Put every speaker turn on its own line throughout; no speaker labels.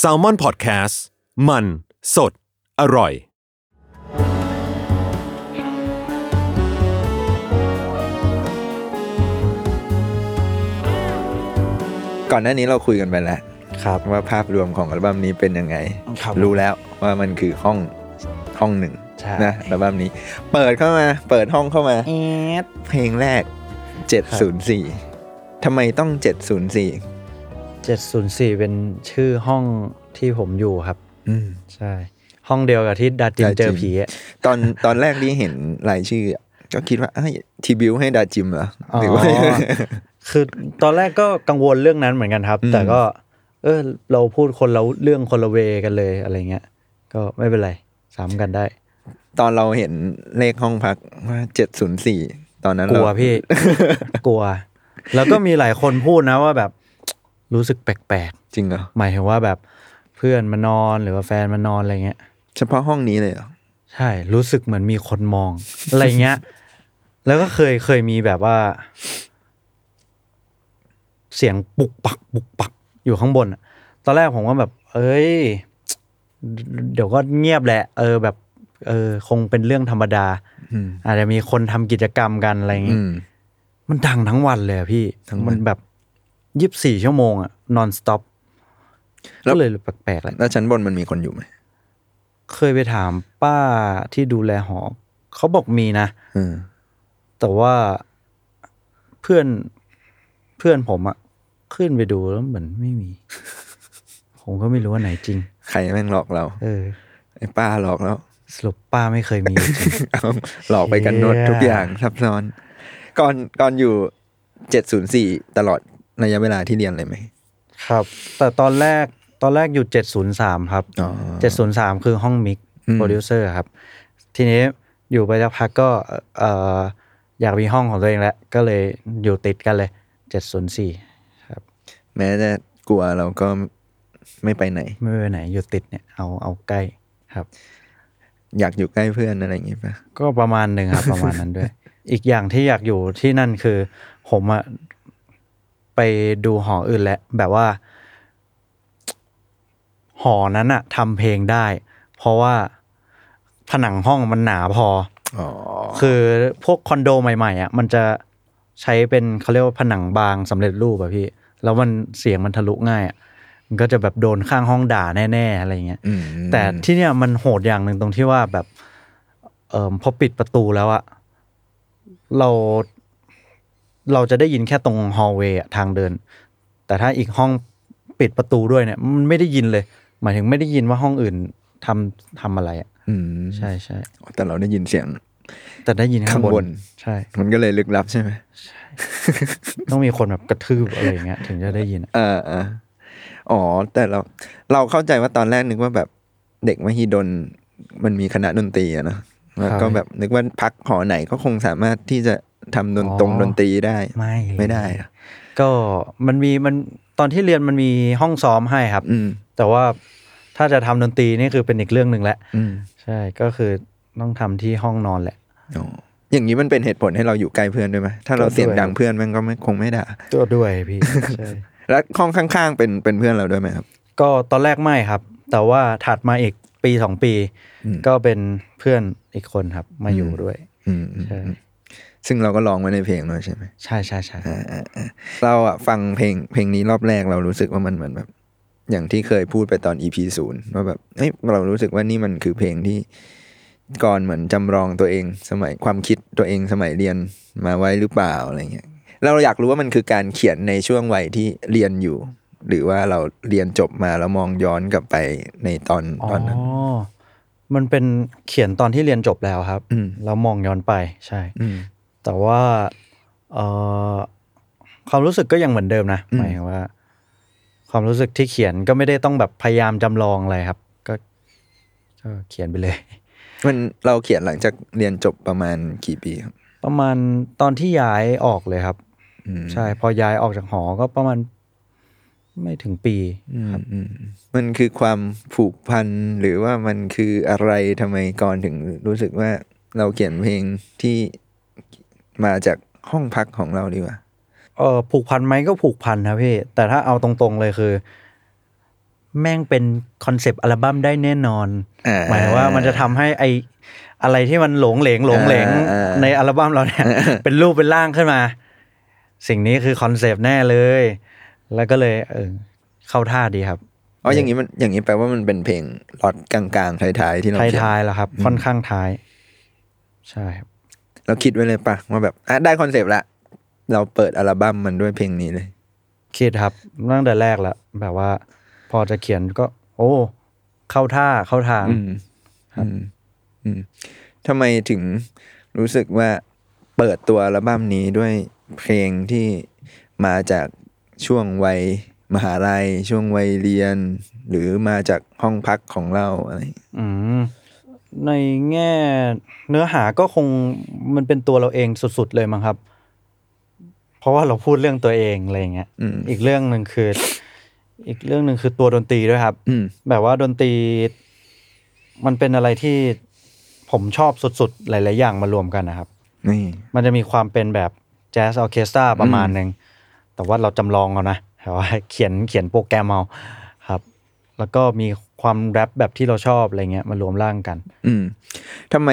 s a l ม o n PODCAST มันสดอร่อย
ก่อนหน้านี้เราคุยกันไปแล้ว
ครับ
ว่าภาพรวมของอัลบั้มนี้เป็นยังไง
ครับ
รู้แล้วว่ามันคือห้องห้องหนึ่ง
ใช่
นะอัลบั้มนี้ เปิดเข้ามา เปิดห้องเข้ามา
เอด
เพลงแรก
ครับ
704ทำไมต้อง 704
เจ็ดศูนย์สี่เป็นชื่อห้องที่ผมอยู่ครับ
อืม
ใช่ ห้องเดียวกับที่ดาจิน
ดาจิน
เจอผีอะ
ตอนตอนแรกที่เห็นรายชื่อ ก็คิดว่าทีบิวให้ดาจิมเหรอ
อ๋อ
หรือว่า
คือตอนแรกก็กังวลเรื่องนั้นเหมือนกันครับ
อืม
แต่ก็ เออเราพูดคนเราเรื่องคนละเวกันเลยอะไรเงี้ย ก็ไม่เป็นไรซ้ำกันได้
ตอนเราเห็นเลขห้องพักว่า 704 ตอนนั้น
ก
เรา
ลัวพี่ กลัว แล้วก็มีหลายคนพูดนะว่าแบบ รู้สึกแปลก
จริงเหรอ
ๆ หมายถึงว่าแบบเพื่อนมานอนหรือว่าแฟนมานอนอะไรเงี้ย
เฉพาะห้องนี้เลยเหรอ
ใช่ รู้สึกเหมือนมีคนมอง อะไรเงี้ย แล้วก็เคยเคยมีแบบว่า เสียงปุกปักปุกปักอยู่ข้างบนอะตอนแรกผมก็แบบ เอ้ย เดี๋ยวก็เงียบแหละ เออแบบ เออ คงเป็นเรื่องธรรมดา
อืม
อาจจะมีคนทำกิจกรรมกันอะไรอย่างงี้
อืม
มันดังทั้งวันเลยอะพี่
ทั้งวัน
มันแบบยีิบสี่ชั่วโมงอะนอนสต็อปก็เลยแปลกๆแหละ
แล้วชั้นบนมันมีคนอยู่ไหม
เคยไปถามป้าที่ดูแลหอ เขาบอกมีนะ
อืม
แต่ว่าเพื่อนเพื่อนผมอะขึ้นไปดูแล้วเหมือนไม่มี ผมก็ไม่รู้ว่าไหนจริง
ใครแม่งหลอกเรา
เออ
ไอ้ป้าหลอกแล้ว
สรุปป้าไม่เคย มีจริง
เอาหลอกไปกันหมด
เชี่ย
ทุกอย่างซับซ้อน ก่อนก่อนอยู่ 704 ตลอดระยะเวลาที่เรียนเลยไหม
ครับ แต่ตอนแรกตอนแรกอยู่เจ็ดศูนย์สามครับ
อ๋อ
เจ็ดศูนย์สามคือห้องมิก
อืม
โปรดิวเซอร์ครับ ทีนี้อยู่ไปสักพักก็เอ่ออยากมีห้องของตัวเองแล้ว ก็เลยอยู่ติดกันเลยเจ็ดศูนย์สี่
แม้จะกลัวเราก็ไม่ไปไหน
ไม่ไปไหนอยู่ติดเนี่ยเอาเอาใกล้ครับ
อยากอยู่ใกล้เพื่อนอะไรอย่างงี้ป่ะ
ก็ประมาณหนึ่ง ครับ ประมาณนั้นด้วย อีกอย่างที่อยากอยู่ที่นั่นคือ ผมอะไปดูหออื่นแล้วแบบว่า หอนั้นอะทำเพลงได้ เพราะว่าผนังห้องมันหนาพอ
อ๋อ
คือพวกคอนโดใหม่ๆอ่ะมันจะใช้เป็นเขาเรียกว่าผนังบางสำเร็จรูปอะพี่ แล้วมันเสียงมันทะลุง่ายอะมันก็จะแบบโดนข้างห้องด่าแน่ๆอะไรเงี้ย
อืม
แต่ที่เนี่ยมันโหดอย่างหนึ่งตรงที่ว่าแบบเออพอปิดประตูแล้วอะเราเราจะได้ยินแค่ตรงฮอลล์เวย์อะทางเดิน แต่ถ้าอีกห้องปิดประตูด้วยเนี่ยมันไม่ได้ยินเลย หมายถึงไม่ได้ยินว่าห้องอื่นทำทำอะไรอะ
อืม
ใช่ใช่
แต่เราได้ยินเสียง
แต่ได้ยินข้าง
ข้าง
บบ น
น
ใช่
มันก็เลยลึกลับใช่ไหม
ต้องมีคนแบบกระทืบอะไรอย่างเงี้ยถึงจะได้ยินอะ
เออเอออ๋อ แต่เราเราเข้าใจว่าตอนแรกนึกว่าแบบเด็กมหิดลมันมีคณะดนตรีอะเนอะแล้วก็แบบนึกว่าพักหอไหนก็คงสามารถที่จะทำดนตรงดนตรีได้
ไม่
ไม่ได้เหรอ
ก็มันมีมันตอนที่เรียนมันมีห้องซ้อมให้ครับ
อืม
แต่ว่าถ้าจะทำดนตรีนี่คือเป็นอีกเรื่องหนึ่งแหละ
อืม
ใช่ก็คือต้องทำที่ห้องนอนแหละ
อ๋ออย่างนี้มันเป็นเหตุผลให้เราอยู่ใกล้เพื่อนด้วยไหมถ้าเราเสียงดังเพื่อนมันก็ไม่คงไม่ด่า
ตัวด้วยพี่ ใช่
แล้วห้องข้างๆเป็นเป็นเพื่อนเราด้วยไหมครับ
ก็ตอนแรกไม่ครับ แต่ว่าถัดมาอีกปีสองปี
อืม
ก็เป็นเพื่อนอีกคนครับมาอยู่ด้วย
อืมอืม
ใช่
อืมซึ่งเราก็ร้องไว้ในเพลงด้วยใช่ไหม
ใช่ใช่ใช่
อ่าอ่าอ่าเราอะฟังเพลงเพลงนี้รอบแรกเรารู้สึกว่ามันเหมือนแบบ อย่างที่เคยพูดไปตอน EP ศูนย์ว่าแบบเอ้ยเรารู้สึกว่านี่มันคือเพลงที่ก่อนเหมือนจำลองตัวเอง สมัยความคิดตัวเองสมัยเรียนมาไว้หรือเปล่าอะไรเงี้ยเราอยากรู้ว่ามันคือการเขียนในช่วงวัยที่เรียนอยู่ หรือว่าเราเรียนจบมาแล้วมองย้อนกลับไปในตอน
อ๋อ
ตอนนั้น
มันเป็นเขียนตอนที่เรียนจบแล้วครับ
อืม
แล้วมองย้อนไปใช่
อืม
แต่ว่าเอ่อความรู้สึกก็ยังเหมือนเดิมนะ
อืม
หมายถึงว่า ความรู้สึกที่เขียนก็ไม่ได้ต้องแบบพยายามจำลองอะไรครับ ก็ก็เขียนไปเลย
มันเราเขียนหลังจากเรียนจบประมาณกี่ปีครับ
ประมาณตอนที่ย้ายออกเลยครับ
อืม
ใช่ พอย้ายออกจากหอก็ประมาณไม่ถึงปี
ครับมันคือความผูกพันหรือว่ามันคืออะไรทำไมก่อนถึงรู้สึกว่าเราเขียนเพลงที่มาจากห้องพักของเราดีกว่า
เออผูกพันไหมก็ผูกพันนะพี่แต่ถ้าเอาตรงๆเลยคือ แม่งเป็นคอนเซปต์อัลบั้มได้แน่นอน
อ่
หมายว่ามันจะทำให้ไออะไรที่มันหลงเหลงหลงเหลง
อ่าอ่า
ในอัลบั้มเรา เนี่ย เป็นรูปเป็นร่างขึ้นมา สิ่งนี้คือคอนเซปต์แน่เลย แล้วก็เลยเออเข้าท่าดีครับ
อ๋ออย่างนี้มันอย่างนี้แปลว่ามันเป็นเพลงล็อตกลางๆท้ายๆที่เราเขียน
ท้ายๆแล้วครับ ค่อนข้างท้าย ใช่ครับ
เราคิดไว้เลยปะว่าแบบอ่ะได้คอนเซปต์ละเราเปิดอัลบั้มมันด้วยเพลงนี้เลย
คิดครับตั้งแต่แรกละแบบว่า พอจะเขียนก็ โอ้ เข้าท่าเข้าทาง
อืมอืมอืมทำไมถึงรู้สึกว่าเปิดตัวอัลบั้มนี้ด้วยเพลงที่มาจากช่วงวัยมหาลัย ช่วงวัยเรียน หรือมาจากห้องพักของเราอะไร
อืมในแง่เนื้อหาก็คงมันเป็นตัวเราเองสุดๆเลยมั้งครับ เพราะว่าเราพูดเรื่องตัวเองอะไรอย่างเงี้ย
อืม
อีกเรื่องหนึ่งคือ อีกเรื่องหนึ่งคือตัวดนตรีด้วยครับ
อืม
แบบว่าดนตรี มันเป็นอะไรที่ผมชอบสุดๆ หลายๆอย่างมารวมกันนะครับ
นี่
มันจะมีความเป็นแบบแจ๊สออร์เคสตราประมาณหนึ่ง แต่ว่าเราจำลองเอานะ แต่ว่า เขียนเขียนโปรแกรมเอาครับ แล้วก็มีความแรปแบบที่เราชอบอะไรเงี้ยมารวมร่างกัน
อืมทำไม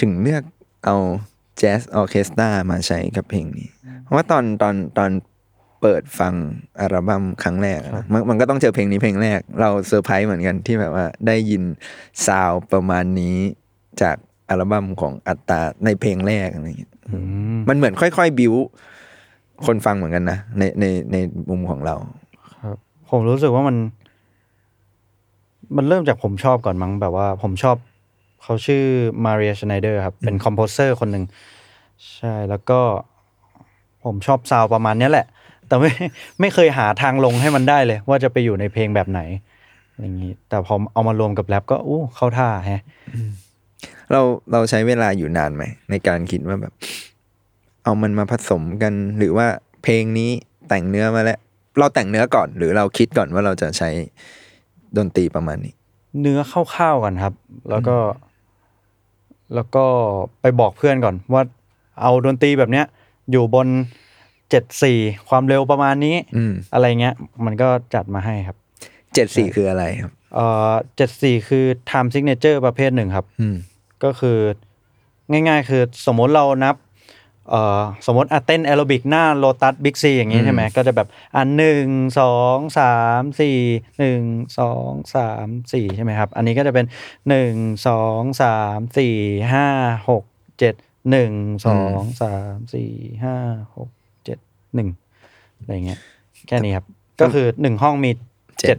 ถึงเลือกเอาแจ๊สออเคสตรามาใช้กับเพลงนี้ เพราะว่าตอนตอนตอนเปิดฟังอัลบั้มครั้งแรกอะนะมันมันก็ต้องเจอเพลงนี้เพลงแรก เราเซอร์ไพรส์เหมือนกันที่แบบว่าได้ยินซาวด์ประมาณนี้จากอัลบั้มของอัตตาในเพลงแรกอะไรอย่างเงี้ยมันเหมือนค่อยๆบิวคนฟังเหมือนกันนะ ในในในมุมของเรา
ผมรู้สึกว่ามัน มันเริ่มจากผมชอบก่อนมั้งแบบว่าผมชอบเขาชื่อมาเรียชไนเดอร์ครับ เป็นคอมโพเซอร์คนหนึ่ง ใช่แล้วก็ ผมชอบซาวด์ประมาณเนี้ยแหละ แต่ไม่ ไม่เคยหาทางลงให้มันได้เลย ว่าจะไปอยู่ในเพลงแบบไหน อย่างนี้ แต่พอเอามารวมกับแรปก็อู้เข้าท่าแฮะ
เราเราใช้เวลาอยู่นานไหม ในการคิดว่าแบบ เอามันมาผสมกัน หรือว่าเพลงนี้แต่งเนื้อมาแล้ว เราแต่งเนื้อก่อน หรือเราคิดก่อนว่าเราจะใช้ดนตรีประมาณนี้
เนื้อคร่าวๆกันครับ แล้วก็ แล้วก็ไปบอกเพื่อนก่อนว่าเอาดนตรีแบบเนี้ย อยู่บนเจ็ดสี่ความเร็วประมาณนี้
อืม
อะไรเงี้ย มันก็จัดมาให้ครับ
เจ็ดสี่คืออะไรครับ
เอ่อเจ็ดสี่คือ time signature ประเภทหนึ่งครับ
อืม
ก็คือง่ายๆ คือสมมติเรานับเอ่อสมมติอ่ะเต้นแอโรบิกหน้าโลตัสบิ๊กซีอย่างนี้ใช่ไหมก็จะแบบอันหนึ่งสองสามสี่หนึ่งสองสามสี่ใช่ไหมครับ อันนี้ก็จะเป็นหนึ่งสองสามสี่ห้าหกเจ็ดหนึ่งสองสามสี่ห้าหกเจ็ดหนึ่งอะไรอย่างเงี้ยแค่นี้ครับ ก็คือหนึ่งห้องมี
เจ็ด
เจ็ด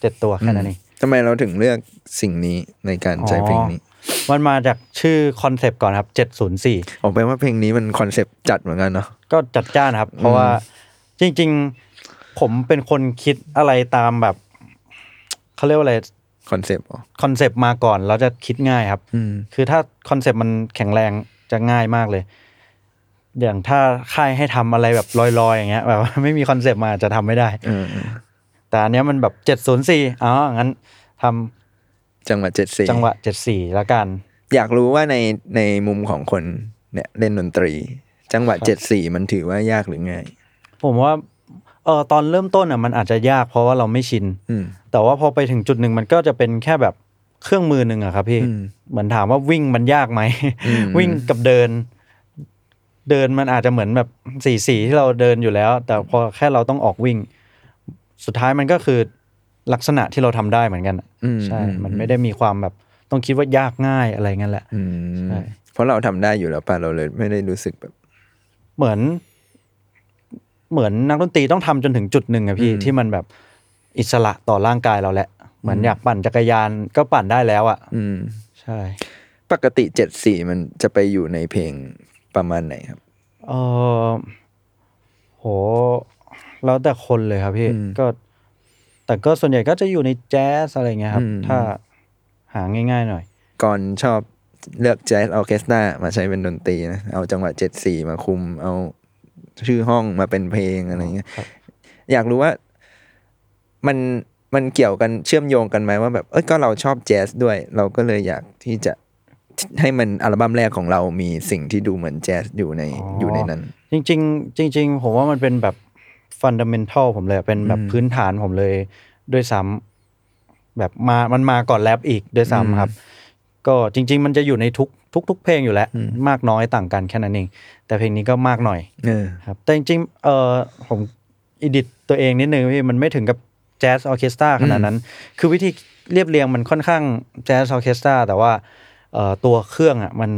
เจ็ดตัวแค่นั้นเอง
ทำไมเราถึงเลือกสิ่งนี้ในการใช้เพลงนี้
มันมาจากชื่อคอนเซปต์ก่อนครับ 704
ออกไปลว่าเพลงนี้มันคอนเซปต์จัดเหมือนกันเนาะ
ก็จัดจ้านครับ เพราะว่าจริงๆ ผมเป็นคนคิดอะไรตามแบบ เขาเรียกว่าอะไร
คอนเซปต์อ๋อ
คอนเซปต์มาก่อนเราจะคิดง่ายครับ
อืม
คือถ้าคอนเซปต์มันแข็งแรงจะง่ายมากเลย อย่างถ้าค่ายให้ทำอะไรแบบลอยๆ อย่างเงี้ยแบบ ว่าไม่มีคอนเซปต์มาจะทำไม่ได้
อืมอืม
แต่อันเนี้ยมันแบบ 704อ๋องั้นทำ
จังหวะเจ็ดสี่
จังหวะ 74แล้วกัน
อยากรู้ว่าในในมุมของคนเนี่ยเล่นดนตรี จังหวะเจ็ดสี่มันถือว่ายากหรือง่าย
ผมว่าเออตอนเริ่มต้นอ่ะมันอาจจะยากเพราะว่าเราไม่ชิน
อืม
แต่ว่าพอไปถึงจุดหนึ่งมันก็จะเป็นแค่แบบเครื่องมือหนึ่งอะครับพี่
อืม
เหมือนถามว่าวิ่งมันยากไหม
อืม
วิ่งกับเดิน เดินมันอาจจะเหมือนแบบสีสีที่เราเดินอยู่แล้ว แต่พอแค่เราต้องออกวิ่ง สุดท้ายมันก็คือลักษณะที่เราทำได้เหมือนกันอะ
อื
ใช่
อื
มัน
อื
ไม่ได้มีความแบบต้องคิดว่ายากง่ายอะไรเงี้ยแหละ
อืม
ใช่
เพราะเราทำได้อยู่แล้วป่ะเราเลยไม่ได้รู้สึกแบบ
เหมือน เหมือนนักดนตรีต้องทำจนถึงจุดหนึ่งอะพี่
อืม
ที่มันแบบอิสระต่อร่างกายเราแหละ เหมือนอยากปั่นจักรยานก็ปั่นได้แล้วอะ
อืม
ใช่
ปกติเจ็ดสี่มันจะไปอยู่ในเพลงประมาณไหนครับ
เออโห แล้วแต่คนเลยครับพี่
อืม
ก็ แต่ก็ส่วนใหญ่ก็จะอยู่ในแจ๊สอะไรเงี้ยครับ
อืม
ถ้าหาง่ายๆหน่อย
ก่อนชอบเลือกแจ๊สออเคสตรามาใช้เป็นดนตรีนะเอาจังหวะเจ็ดสี่มาคุม เอาชื่อห้องมาเป็นเพลงอะไรเงี้ยอยากรู้ว่ามันมันเกี่ยวกันเชื่อมโยงกันไหมว่าแบบเอ้ยก็เราชอบแจ๊สด้วย เราก็เลยอยากที่จะให้มันอัลบั้มแรกของเรามีสิ่งที่ดูเหมือนแจ๊สอยู่ใน
อ๋
อ
ออ
ยู่ในนั้น
จริง ๆ จริง ๆ ผมว่ามันเป็นแบบฟันดัมเมนทัลผมเลยอะเป็นแบบ
อืม
พื้นฐานผมเลยด้วยซ้ำ แบบมามันมาก่อนแรปอีกด้วยซ้ำครับ ก็จริง ๆ มันจะอยู่ในทุกทุกทุกเพลงอยู่แล้ว มากน้อยต่างกันแค่นั้นเอง แต่เพลงนี้ก็มากหน่อย
เออ
ครับแต่จริงๆเออผมอิดิตตัวเองนิดนึงพี่มันไม่ถึงกับแจ๊สออร์เคสตราขนาดนั้น คือวิธีเรียบเรียงมันค่อนข้างแจ๊สออร์เคสตราแต่ว่าเอ่อตัวเครื่องอ่ะมัน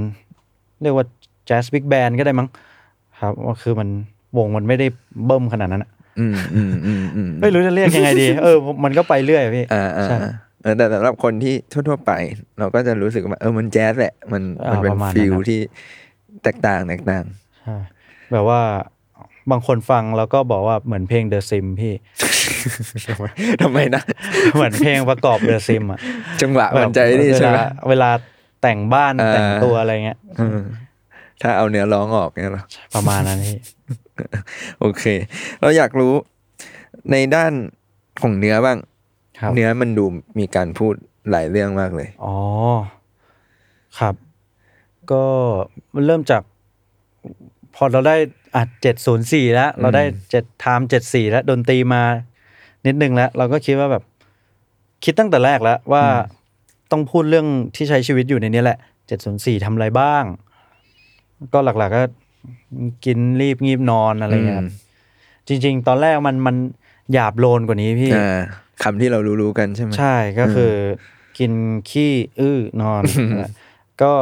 เรียกว่าแจ๊สบิ๊กแบนก็ได้มั้งครับก็คือมันวงมันไม่ได้เบิ่มขนาดนั้นอะ
อืมอืมอืมอืม
ไม่รู้จะเรียกยังไง ดี เออมันก็ไปเรื่อยอะพี่
อ่าอ่า
ใช่
เออแต่สำหรับคนที่ทั่วๆไป เราก็จะรู้สึกว่าเออมันแจ๊สแหละมัน
อ่า
มัน
มั
เป็น
ประมาณนั้น
ฟิล
ครับ
ที่แตกต่างแตกต่าง
ใช่แบบว่าบางคนฟังแล้วก็บอกว่าเหมือนเพลงเดอะซิมพี่
ทำไมทำไมนะ
เหมือนเพลงประกอบเดอะซิมอ่ะ
จังหวะมันใจนี่ใช่ไหม
เวลาเวลาแต่งบ้าน
อ่า
แต่งตัวอะไรเงี้ย
เออถ้าเอาเนื้อร้องออกเนี่ยเหรอ
ประมาณนั้นพี่
โอเค เราอยากรู้ในด้านของเนื้อบ้าง
ครับ
เนื้อมันดูมีการพูดหลายเรื่องมากเลย
อ๋อครับ ก็เริ่มจาก พอเราได้อ่ะเจ็ดศูนย์สี่แล้ว เราได้เจ็ดไทม์เจ็ดสี่แล้วดนตรีมานิดนึงแล้ว เราก็คิดว่าแบบ คิดตั้งแต่แรกแล้วว่าต้องพูดเรื่องที่ใช้ชีวิตอยู่ในนี้แหละเจ็ดศูนย์สี่ทำอะไรบ้าง ก็หลักๆก็กินรีบงีบนอนอะไรเงี้ยครับ
อืม
จริง ๆ ตอนแรกมันมันหยาบโลนกว่านี้พี่
อ่าคำที่เรารู้ๆกันใช่ไหม
ใช่ก็คืออกินขี้อื้อนอน ก็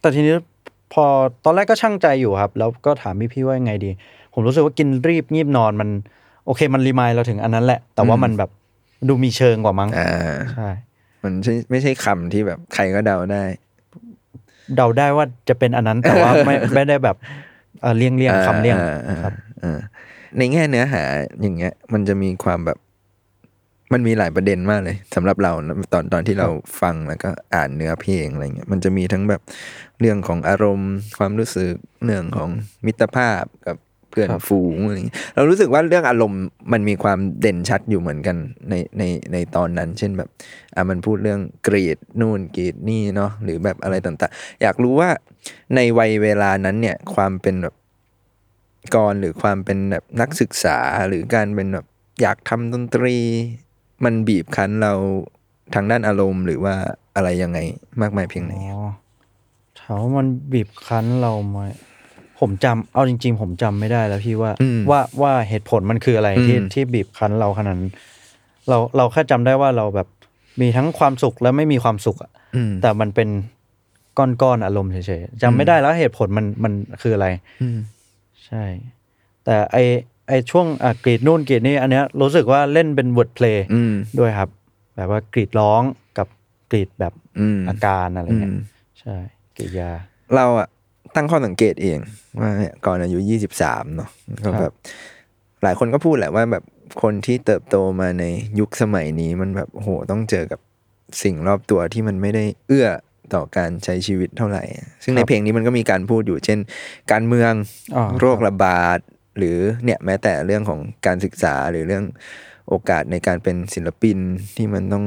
แต่ทีนี้พอตอนแรกก็ช่างใจอยู่ครับ แล้วก็ถามพี่พี่ๆว่ายังไงดี ผมรู้สึกว่ากินรีบงีบนอนมัน โอเค มันรีมายเราถึงอันนั้นแหละ แต่ว่า
อืม
มันแบบดูมีเชิงกว่ามั้ง
อ่า
ใช่
มันไม่ใช่ไม่ใช่คำที่แบบใครก็เดาได้
เดาได้ว่าจะเป็นอันนั้น แต่ว่าไม่ ไม่ได้แบบเอ่อเลี่ยงเลี่ยง
อ่า
คำเลี่ยง
อ่าอ่า
ครับ
อ่าในแง่เนื้อหาอย่างเงี้ย มันจะมีความแบบ มันมีหลายประเด็นมากเลยสำหรับเรานะตอนตอนที่เราฟังแล้วก็อ่านเนื้อเพลงอะไรเงี้ยมันจะมีทั้งแบบเรื่องของอารมณ์ ความรู้สึกเรื่องของมิตรภาพกับเพื่อนฝูงอะไรเงี้ยเรารู้สึกว่าเรื่องอารมณ์มันมีความเด่นชัดอยู่เหมือนกันในในในตอนนั้น เช่นแบบอ่ะมันพูดเรื่องกรีดนู่นกรีดนี่เนาะหรือแบบอะไรต่างๆ อยากรู้ว่าในวัยเวลานั้นเนี่ยความเป็นแบบ กรหรือความเป็นแบบนักศึกษาหรือการเป็นแบบอยากทำดนตรี มันบีบคั้นเราทางด้านอารมณ์หรือว่าอะไรยังไงมากมายเพียงไหน
อ๋อถามว่ามันบีบคั้นเราไหมผมจำเอาจริง ๆ ผมจำไม่ได้แล้วพี่ว่า
อืม
ว่าว่าเหตุผลมันคืออะไรที่
อืม
ที่บีบคั้นเราขนาดนั้นเราเราแค่จำได้ว่าเราแบบมีทั้งความสุขและไม่มีความสุขอะ
อืม
แต่มันเป็นก้อนๆอารมณ์เฉยๆจำไม่ได้แล้วเหตุผลมันมันคืออะไร
อืม
ใช่ แต่ไอไอช่วงอ่ะกรีดนู่นกรีดนี่อันเนี้ยรู้สึกว่าเล่นเป็นบทเพลง
อืม
ด้วยครับ แบบว่ากรีดร้องกับกรีดแบบ
อืม
อาการอะไร
อื
เงี้ย
ม
ใช่กรีดยา
เราอะตั้งข้อสังเกตเองว่าเนี่ยก่อนอายุยี่สิบสามเนาะก็แบบ หลายคนก็พูดแหละว่าแบบคนที่เติบโตมาในยุคสมัยนี้มันแบบโหต้องเจอกับสิ่งรอบตัวที่มันไม่ได้เอื้อต่อการใช้ชีวิตเท่าไหร่ ซึ่งใน
ครับ
เพลงนี้มันก็มีการพูดอยู่ เช่น การเมือง
อ่า
โรคระบาด หรือเนี่ยแม้แต่เรื่องของการศึกษาหรือเรื่องโอกาสในการเป็นศิลปินที่มันต้อง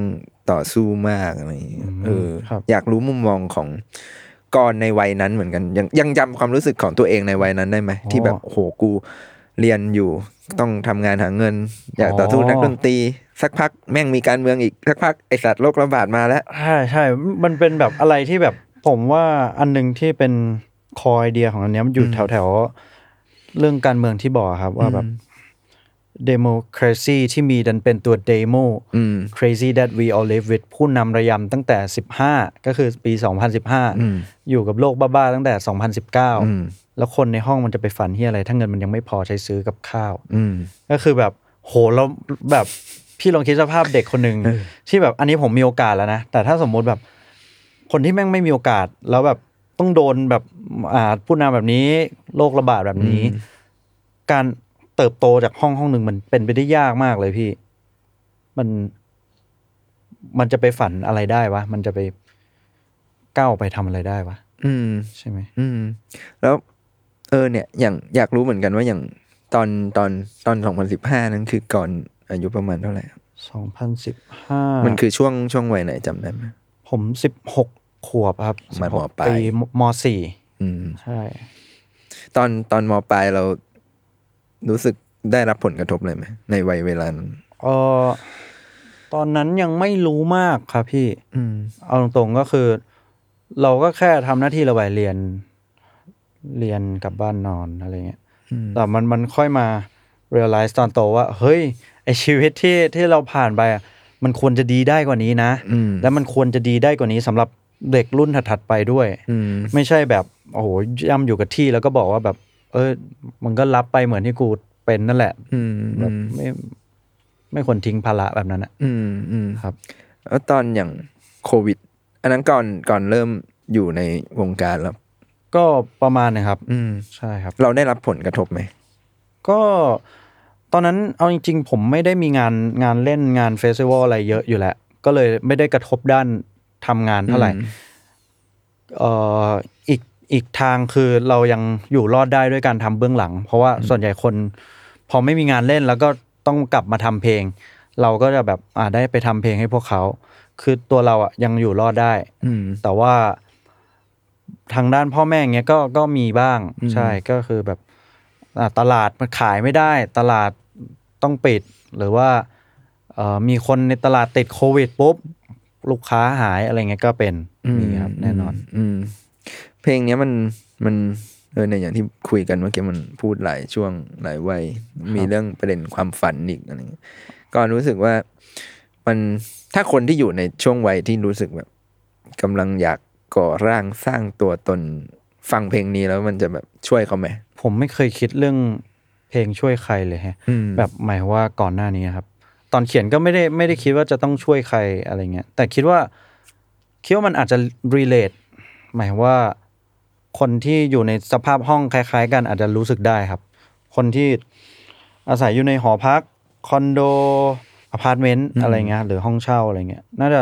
ต่อสู้มากอะไรอย่างเงี้ยเออ
ครับ
อยากรู้มุมมองของก่อนในวัยนั้นเหมือนกัน ยังยังจำความรู้สึกของตัวเองในวัยนั้นได้ไหม
อ๋อ
ที่แบบโหกูเรียนอยู่ ต้องทำงานหาเงิน อยากต่อสู้
อ๋อ
นักดนตรี สักพักแม่งมีการเมืองอีก สักพักไอสัตว์โรคระบาดมาแล้ว
ใช่ใช่ มันเป็นแบบอะไรที่แบบผมว่าอันหนึงที่เป็นคอไอเดียของอันเนี้ยมันอยู่แถวแถวๆเรื่องการเมืองที่บอกครับ ว่าแบบเดโมคร a ซีที่มีดันเป็นตัวเดโม
อืม
crazy that we all live with ผู้นำระยำตั้งแต่ 15 ก็คือปี
อืม
2015 อยู่กับโลกบ้าๆตั้งแต่
อืม
2019 แล้วคนในห้องมันจะไปฝันที่อะไร ถ้าเงินมันยังไม่พอใช้ซื้อกับข้าว
อืม
ก็คือแบบโหเราแบบพี่ลองคิดสภาพเด็กคนหนึ่งที่แบบอันนี้ผมมีโอกาสแล้วนะ แต่ถ้าสมมุติแบบ คนที่แม่งไม่มีโอกาส แล้วแบบต้องโดนแบบอ่าผู้นำแบบนี้โรคระบาดแบบนี้ การเติบโตจากห้องห้องหนึ่งมันเป็นไปได้ยากมากเลยพี่ มัน มันจะไปฝันอะไรได้วะ มันจะไปก้าวไปทำอะไรได้วะ
อืม
ใช่ไหม
อืม แล้ว เออ เนี่ย อย่างอยากรู้เหมือนกันว่าอย่างตอนตอนตอนสองพันสิบห้านั้นคือก่อนอายุประมาณเท่าไหร่
สองพันสิบห้ามั
มันคือช่วงช่วงวัยไหนจำได้ไหม
ผมสิบหกขวบครับ
มันม
16
ปลาย
ปีมสี่
อืม
ใช่
ตอนตอนมปลายเรารู้สึกได้รับผลกระทบเลยไหมในวัยเวลานั้น
เออ ตอนนั้นยังไม่รู้มากครับพี่
อืม
เอาตรงๆก็คือ เราก็แค่ทำหน้าที่ระบายเรียน เรียนกลับบ้านนอนอะไรเงี้ย
อืม
แต่มันมันค่อยมา realize ตอนโตว่า เฮ้ย ไอชีวิตที่ที่เราผ่านไปอะมันควรจะดีได้กว่านี้นะ
อืม
และมันควรจะดีได้กว่านี้สำหรับเด็กรุ่นถัดๆไปด้วย
อืม
ไม่ใช่แบบ โอ้โหย่ำอยู่กับที่แล้วก็บอกว่าแบบ เออมันก็รับไปเหมือนที่กูเป็นนั่นแหละ
อืม
แบบ
อืม
ไม่ไม่ควรทิ้งภาระแบบนั้นอะ
อืมอืม
ครับ
แล้วตอนอย่างโควิด อันนั้นก่อนก่อนเริ่มอยู่ในวงการแล้ว
ก็ประมาณนะครับ
อืม
ใช่ครับ
เราได้รับผลกระทบไหม
ก็ตอนนั้นเอาจริง ๆ ผมไม่ได้มีงานงานเล่นงานเฟสติวัลอะไรเยอะอยู่แล้วก็เลยไม่ได้กระทบด้านทำงานเท่าไหร่
อืม
เอ่ออีกอีกทางคือเรายังอยู่รอดได้ด้วยการทำเบื้องหลัง เพราะว่าส่วนใหญ่คน พอไม่มีงานเล่นแล้วก็ต้องกลับมาทำเพลง เราก็จะแบบอ่าได้ไปทำเพลงให้พวกเขา คือตัวเราอ่ะยังอยู่รอดได้
อืม
แต่ว่าทางด้านพ่อแม่เงี้ยก็ก็มีบ้าง
อืม
ใช่ก็คือแบบอ่ะตลาดมันขายไม่ได้ ตลาดต้องปิด หรือว่าเอ่อมีคนในตลาดติดโควิดปุ๊บ ลูกค้าหายอะไรเงี้ยก็เป็นมีครับแน่นอน
อืม เพลงเนี้ยมันมันเออในยอย่างที่คุยกันเมื่อกี้มันพูดหลายช่วงหลายวัยมีเรื่องประเด็นความฝันอีกอะไรเงี้ยก็รู้สึกว่ามันถ้าคนที่อยู่ในช่วงวัยที่รู้สึกแบบกำลังอยากก่อร่างสร้างตัวตนฟังเพลงนี้แล้วมันจะแบบช่วยเขาไหม
ผมไม่เคยคิดเรื่องเพลงช่วยใครเลยฮะ
อืม
แบบหมายความว่าก่อนหน้านี้ครับ ตอนเขียนก็ไม่ได้ไม่ได้คิดว่าจะต้องช่วยใครอะไรเงี้ยแต่คิดว่าคิดว่ามันอาจจะ relate หมายความว่า คนที่อยู่ในสภาพห้องคล้ายๆ กันอาจจะรู้สึกได้ครับ คนที่อาศัยอยู่ในหอพัก คอนโดอพาร์ตเมนต์อะไรเงี้ยหรือห้องเช่าอะไรเงี้ยน่าจะ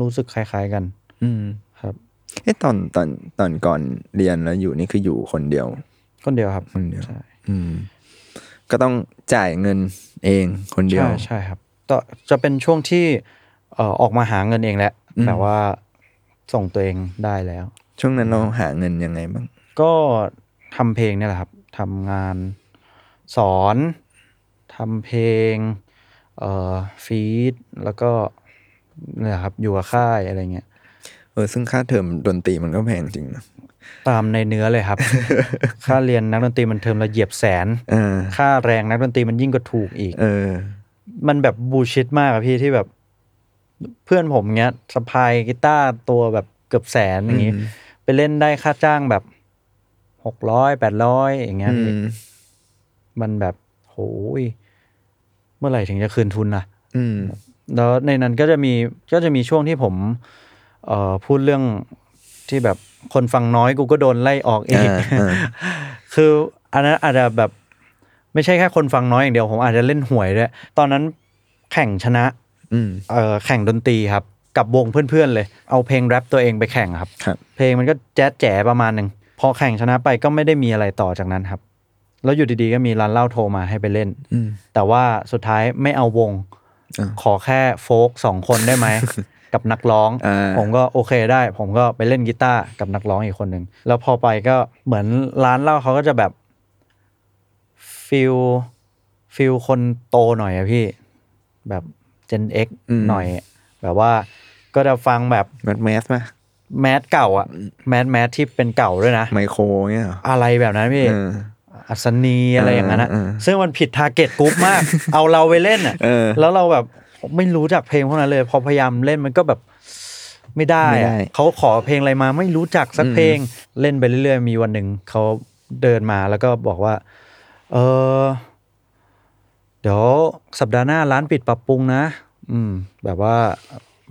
รู้สึกคล้าย ๆกัน
อืม
ครับ
เอ้ตอนตอนตอนก่อนเรียนแล้วอยู่นี่คืออยู่คนเดียว
คนเดียวครับ
คนเดียว
ใช่
อืม ก็ต้องจ่ายเงินเองคนเดียว
ใช่ใช่ครับต่อจะเป็นช่วงที่เอ่อออกมาหาเงินเองแหละ
อืม
แบบว่าส่งตัวเองได้แล้ว
ช่วงนั้นเราหาเงินยังไงบ้าง
ก็ทำเพลงเนี่ยแหละครับทำงานสอนทำเพลงเอ่อฟีดแล้วก็เนี่ยแหละครับอยู่กับค่ายอะไรเงี้ย
เออซึ่งค่าเทอมดนตรีมันก็แพงจริงนะ
ตามในเนื้อ เลยครับ ค่าเรียนนักดนตรีมันเทอมละเหยียบแสน
เออ
ค่าแรงนักดนตรีมันยิ่งกว่าถูกอีก
เออ
มันแบบบูชิดมากอะพี่ที่แบบเพื่อนผมเงี้ยสะพายกีตาร์ตัวแบบเกือบแสนอย่างงี้
อืม
ไปเล่นได้ค่าจ้างแบบหกร้อยแปดร้อยอย่างเงี้ย
อื
พี่
ม
มันแบบโหยเมื่อไหร่ถึงจะคืนทุนล่ะ
อืม
แล้วในนั้นก็จะมีก็จะมีช่วงที่ผมเอ่อพูดเรื่องที่แบบคนฟังน้อยกูก็โดนไล่ออกอีก
อ่าอ่า
คืออันนั้นอาจจะแบบไม่ใช่แค่คนฟังน้อยอย่างเดียว ผมอาจจะเล่นหวยด้วยตอนนั้นแข่งชนะ
อืม
เอ่อแข่งดนตรีครับ กับวงเพื่อนๆเลย เอาเพลงแรปตัวเองไปแข่งครับ
ครับ
เพลงมันก็แจ๊ดแจ๋ประมาณหนึ่งพอแข่งชนะไปก็ไม่ได้มีอะไรต่อจากนั้นครับ แล้วอยู่ดีๆก็มีร้านเหล้าโทรมาให้ไปเล่น
อืม
แต่ว่าสุดท้ายไม่เอาวง
อ้าว
ขอแค่โฟกสองคนได้ ไหม กับนักร้อง
อ่า
ผมก็โอเคได้ ผมก็ไปเล่นกีตาร์กับนักร้องอีกคนหนึ่งแล้วพอไปก็เหมือนร้านเหล้าเขาก็จะแบบฟิลฟิลคนโตหน่อยอะพี่ แบบ Gen X หน่อย แบบว่าก็จะฟังแบบ
แมสแมสป่ะ
แมสเก่าอะแมสแมสที่เป็นเก่าด้วยนะ
ไมโครเงี้ยเหรอ
อะไรแบบนั้นพี่
เออ
อัศนีอะไรอย่างนั้นนะ
เออเออ
ซึ่งมันผิดทาร์เก็ตกรุ๊ป มาก เอาเราไปเล่นอะ
เออ
แล้วเราแบบไม่รู้จักเพลงพวกนั้นเลย พอพยายามเล่นมันก็แบบไม่ได้
ไม่ได้
อะเขาขอเพลงอะไรมาไม่รู้จักสักเพลงเล่นไปเรื่อยๆ มีวันหนึ่งเขาเดินมาแล้วก็บอกว่า เออ เดี๋ยวสัปดาห์หน้าร้านปิดปรับปรุงนะ อืม แบบว่า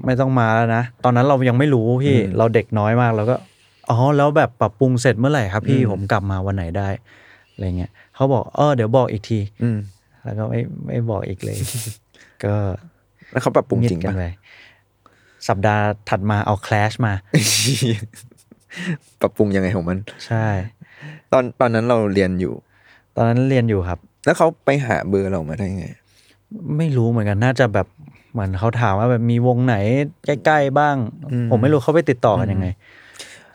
ไม่ต้องมาแล้วนะ ตอนนั้นเรายังไม่รู้พี่
อืม
เราเด็กน้อยมากเราก็ อ๋อ แล้วแบบปรับปรุงเสร็จเมื่อไหร่ครับพี่ผมกลับมาวันไหนได้ อะไรเงี้ยเขาบอกเออเดี๋ยวบอกอีกที
อืม
แล้วก็ไม่ไม่บอกอีกเลย ก็
แล้วเขาปรับปรุง
เงีย
จริ
บ
ง
กัน
ป่ะ
ไป สัปดาห์ถัดมาเอาคลชมา
ปรับปรุงยังไงของมัน
ใช่
ตอนตอนนั้นเราเรียนอยู่
ตอนนั้นเรียนอยู่ครับ
แล้วเขาไปหาเบอร์เรามาได้ไง
ไม่รู้เหมือนกันน่าจะแบบเหมือนเขาถามว่าแบบมีวงไหนใกล้ๆบ้าง
อืม
ผมไม่รู้เขาไปติดต่อกันยังไง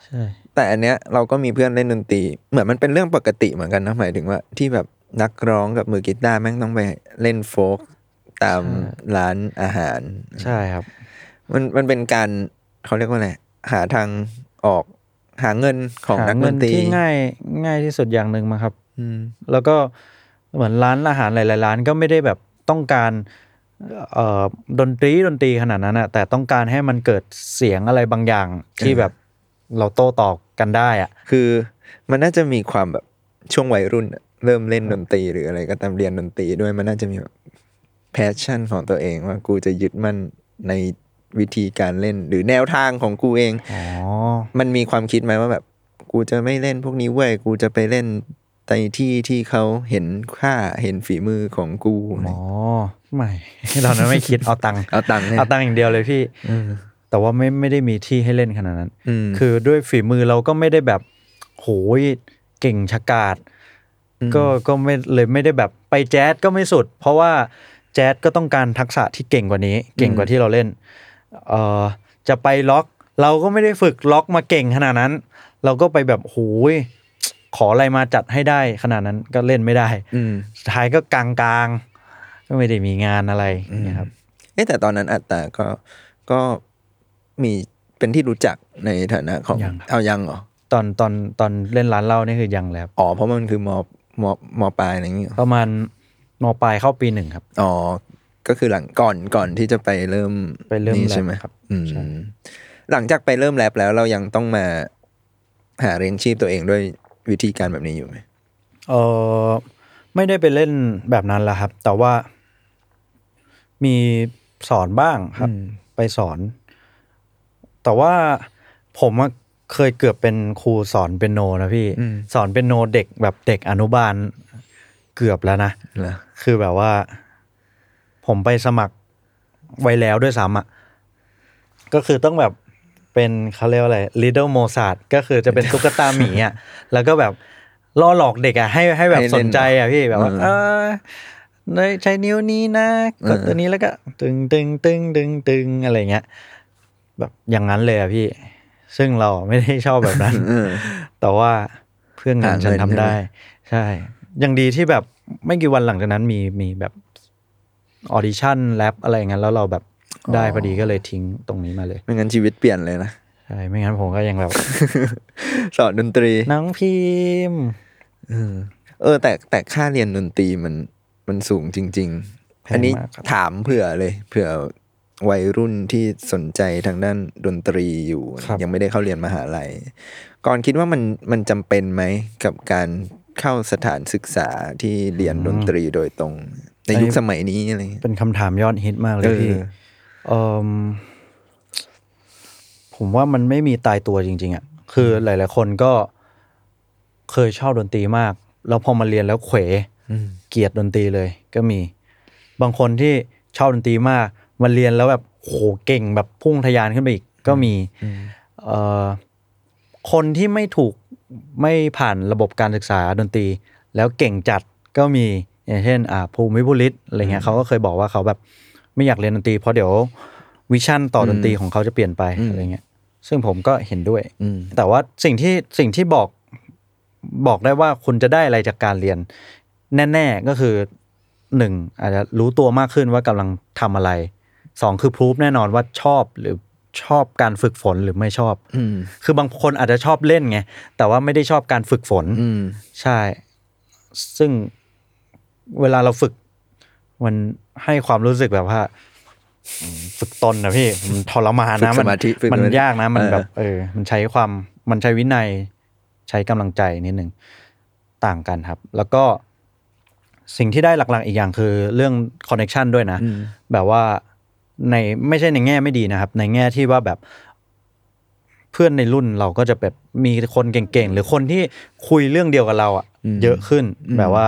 ใช่
แต่อันเนี้ยเราก็มีเพื่อนเล่นดนตรี เหมือนมันเป็นเรื่องปกติเหมือนกันนะหมายถึงว่าที่แบบนักร้องกับมือกีตาร์แม่งต้องไปเล่นโฟก ตามร้านอาหาร
ใช่ครับ
มันมันเป็นการเขาเรียกว่าอะไรหาทางออกหาเงินของนักด
หาเงิ
นตรี
ที่ง่ายง่ายที่สุดอย่างหนึ่งมาครับ
อืม
แล้วก็เหมือนร้านอาหารหลาย ๆ ร้านก็ไม่ได้แบบต้องการเอ่อดนตรีดนตรีขนาดนั้นอะแต่ต้องการให้มันเกิดเสียงอะไรบางอย่างที่
เออ
แบบเราโต้ตอบกันได้อะ
คือมันน่าจะมีความแบบช่วงวัยรุ่นอะเริ่มเล่นดนตรีหรืออะไรก็ตามเรียนดนตรีด้วยมันน่าจะมีแบบแพชชั่นของตัวเองว่ากูจะยึดมั่นในวิธีการเล่นหรือแนวทางของกูเอง
อ๋อ
มันมีความคิดไหมว่าแบบ กูจะไม่เล่นพวกนี้เว้ยกูจะไปเล่นในที่ที่เขาเห็นค่าเห็นฝีมือของกู
อ๋อ ไม่ ตอนนั้นไม่คิดเอาตังค์
เอาตังค์เนี่ย
เอาตังค์อย่างเดียวเลยพี่ แต่ว่าไม่ไม่ได้มีที่ให้เล่นขนาดนั้น
ม
คือด้วยฝีมือเราก็ไม่ได้แบบโหยเก่งชะกาด
อืม
ก็ก็ไม่เลยไม่ได้แบบไปแจ๊สก็ไม่สุด เพราะว่าแจ๊สก็ต้องการทักษะที่เก่งกว่านี้ เก่งกว่าที่เราเล่นเอ่อจะไปล็อก เราก็ไม่ได้ฝึกล็อกมาเก่งขนาดนั้น เราก็ไปแบบโหยขออะไรมาจัดให้ได้ขนาดนั้นก็เล่นไม่ได้
อืม
สุดท้ายก็กลางกลางๆก็ไม่ได้มีงานอะไรอย่างเงี้ยครับ
เอ๊ะแต่ตอนนั้นอัตตาก็ก็มีเป็นที่รู้จักในฐานะของ
ยังครับ
เอายังเหรอ
ตอนตอนตอนเล่นร้านเหล้านี่คือยังเลยครับ
อ๋อเพราะมันคือมอมอมอปลายอะไรอย่างเงี้ย
ประมาณมปลายเข้าปีหนึ่งครับ
อ๋อก็คือหลังก่อนก่อนที่จะไปเริ่ม
ไปเริ่ม
นี่
แรป
ใช่ไหม
ครับ
อืม
ใช่
หลังจากไปเริ่มแรปแล้วเรายังต้องมาหาเลี้ยงชีพตัวเองด้วยวิธีการแบบนี้อยู่ไหม
เออไม่ได้ไปเล่นแบบนั้นละครับ แต่ว่า มีสอนบ้างครับ ไปสอน แต่ว่าผมอะเคยเกือบเป็นครูสอนเป็นโนนะพี่ สอนเป็นโนเด็กแบบเด็กอนุบาล เกือบแล้วนะ
เหรอ
คือแบบว่า ผมไปสมัครไว้แล้วด้วยซ้ำอ่ะ ก็คือต้องแบบเป็นเขาเรียกว่าอะไร Little Mozart ก็คือจะเป็นตุ๊กตาหมีอ่ะ แล้วก็แบบล่อหลอกเด็กอ่ะ ให้ให้แบบสนใจอ่ะพี่แบบว่า เออเนี่ยใช้นิ้วนี้นะกดตัวนี้แล้วก็ ตึงตึงตึงตึงตึงอะไรเงี้ย แบบอย่างนั้นเลยอ่ะพี่ ซึ่งเราไม่ได้ชอบแบบนั้น
เออ
แต่ว่าเพื่องานฉันทำได้
หาเงินใช่ไห
ใช่ยังดีที่แบบไม่กี่วันหลังจากนั้นมีมีแบบออดิชั่นแรปอะไรอย่างนั้นแล้วเราแบบได้พอดีก็เลยทิ้งตรงนี้มาเลย
ไม่งั้นชีวิตเปลี่ยนเลยนะ
ใช่ไม่งั้นผมก็ยังแบบ
สอนดนตรี
หนังพิมพ์
เออเออ แต่แต่ค่าเรียนดนตรีมันมันสูงจริง
แพ
ๆ
งมากครับ
อันนี้ถามเผื่อเลย เผื่อวัยรุ่นที่สนใจทางด้านดนตรีอยู่ ยังไม่ได้เข้าเรียนมหาลัย ก่อนคิดว่ามันมันจำเป็นไหมกับการเข้าสถานศึกษาที่เรียนดนตรีโดยตรง ในยุคสมัยนี้อะไรเงี้ย
เป็นคำถามยอดฮิตมากเล
เอย
พี่
อ
เอมผมว่ามันไม่มีตายตัวจริง ๆอ่ะคือหลาย ๆ คนก็เคยชอบดนตรีมาก แล้วพอมาเรียนแล้วเขว
อืม
เกลียดดนตรีเลยก็มี บางคนที่ชอบดนตรีมากมาเรียนแล้วแบบโหเก่งแบบพุ่งทะยานขึ้นไปอีกก็มีเอ่อคนที่ไม่ถูกไม่ผ่านระบบการศึกษาดนตรี แล้วเก่งจัดก็มีอย่างเช่นอ่าภูมิภูริศอะไรเงี้ยเขาก็เคยบอกว่าเขาแบบไม่อยากเรียนดนตรี เพราะเดี๋ยววิชั่นต่อดนตรีของเขาจะเปลี่ยนไปอะไรเงี้ยซึ่งผมก็เห็นด้วย
อืม
แต่ว่าสิ่งที่สิ่งที่บอกบอกได้ว่าคุณจะได้อะไรจากการเรียน แน่ ๆก็คือหนึ่งอาจจะรู้ตัวมากขึ้นว่ากำลังทำอะไรสองคือพรูฟแน่นอนว่าชอบหรือชอบการฝึกฝนหรือไม่ชอบ
อืม
คือบางคนอาจจะชอบเล่นไง แต่ว่าไม่ได้ชอบการฝึกฝน
อืม
ใช่ ซึ่งเวลาเราฝึก มันให้ความรู้สึกแบบว่าอืมฝึกตนนะพี่ มันทรมานนะ
ฝึกสมาธิฝึก
มัน
สมาธิ
ยากนะ มัน
เออ
แบบ เออ มันใช้ความมันใช้วินัย ใช้กำลังใจนิดหนึ่งต่างกันครับ แล้วก็สิ่งที่ได้หลัก ๆ อีกอย่างคือเรื่องคอนเน็ชันด้วยนะ แบบว่าในไม่ใช่ในแง่ไม่ดีนะครับ ในแง่ที่ว่าแบบเพื่อนในรุ่นเราก็จะแบบมีคนเก่งๆ หรือคนที่คุยเรื่องเดียวกับเราอะเยอะขึ้น แบบว่า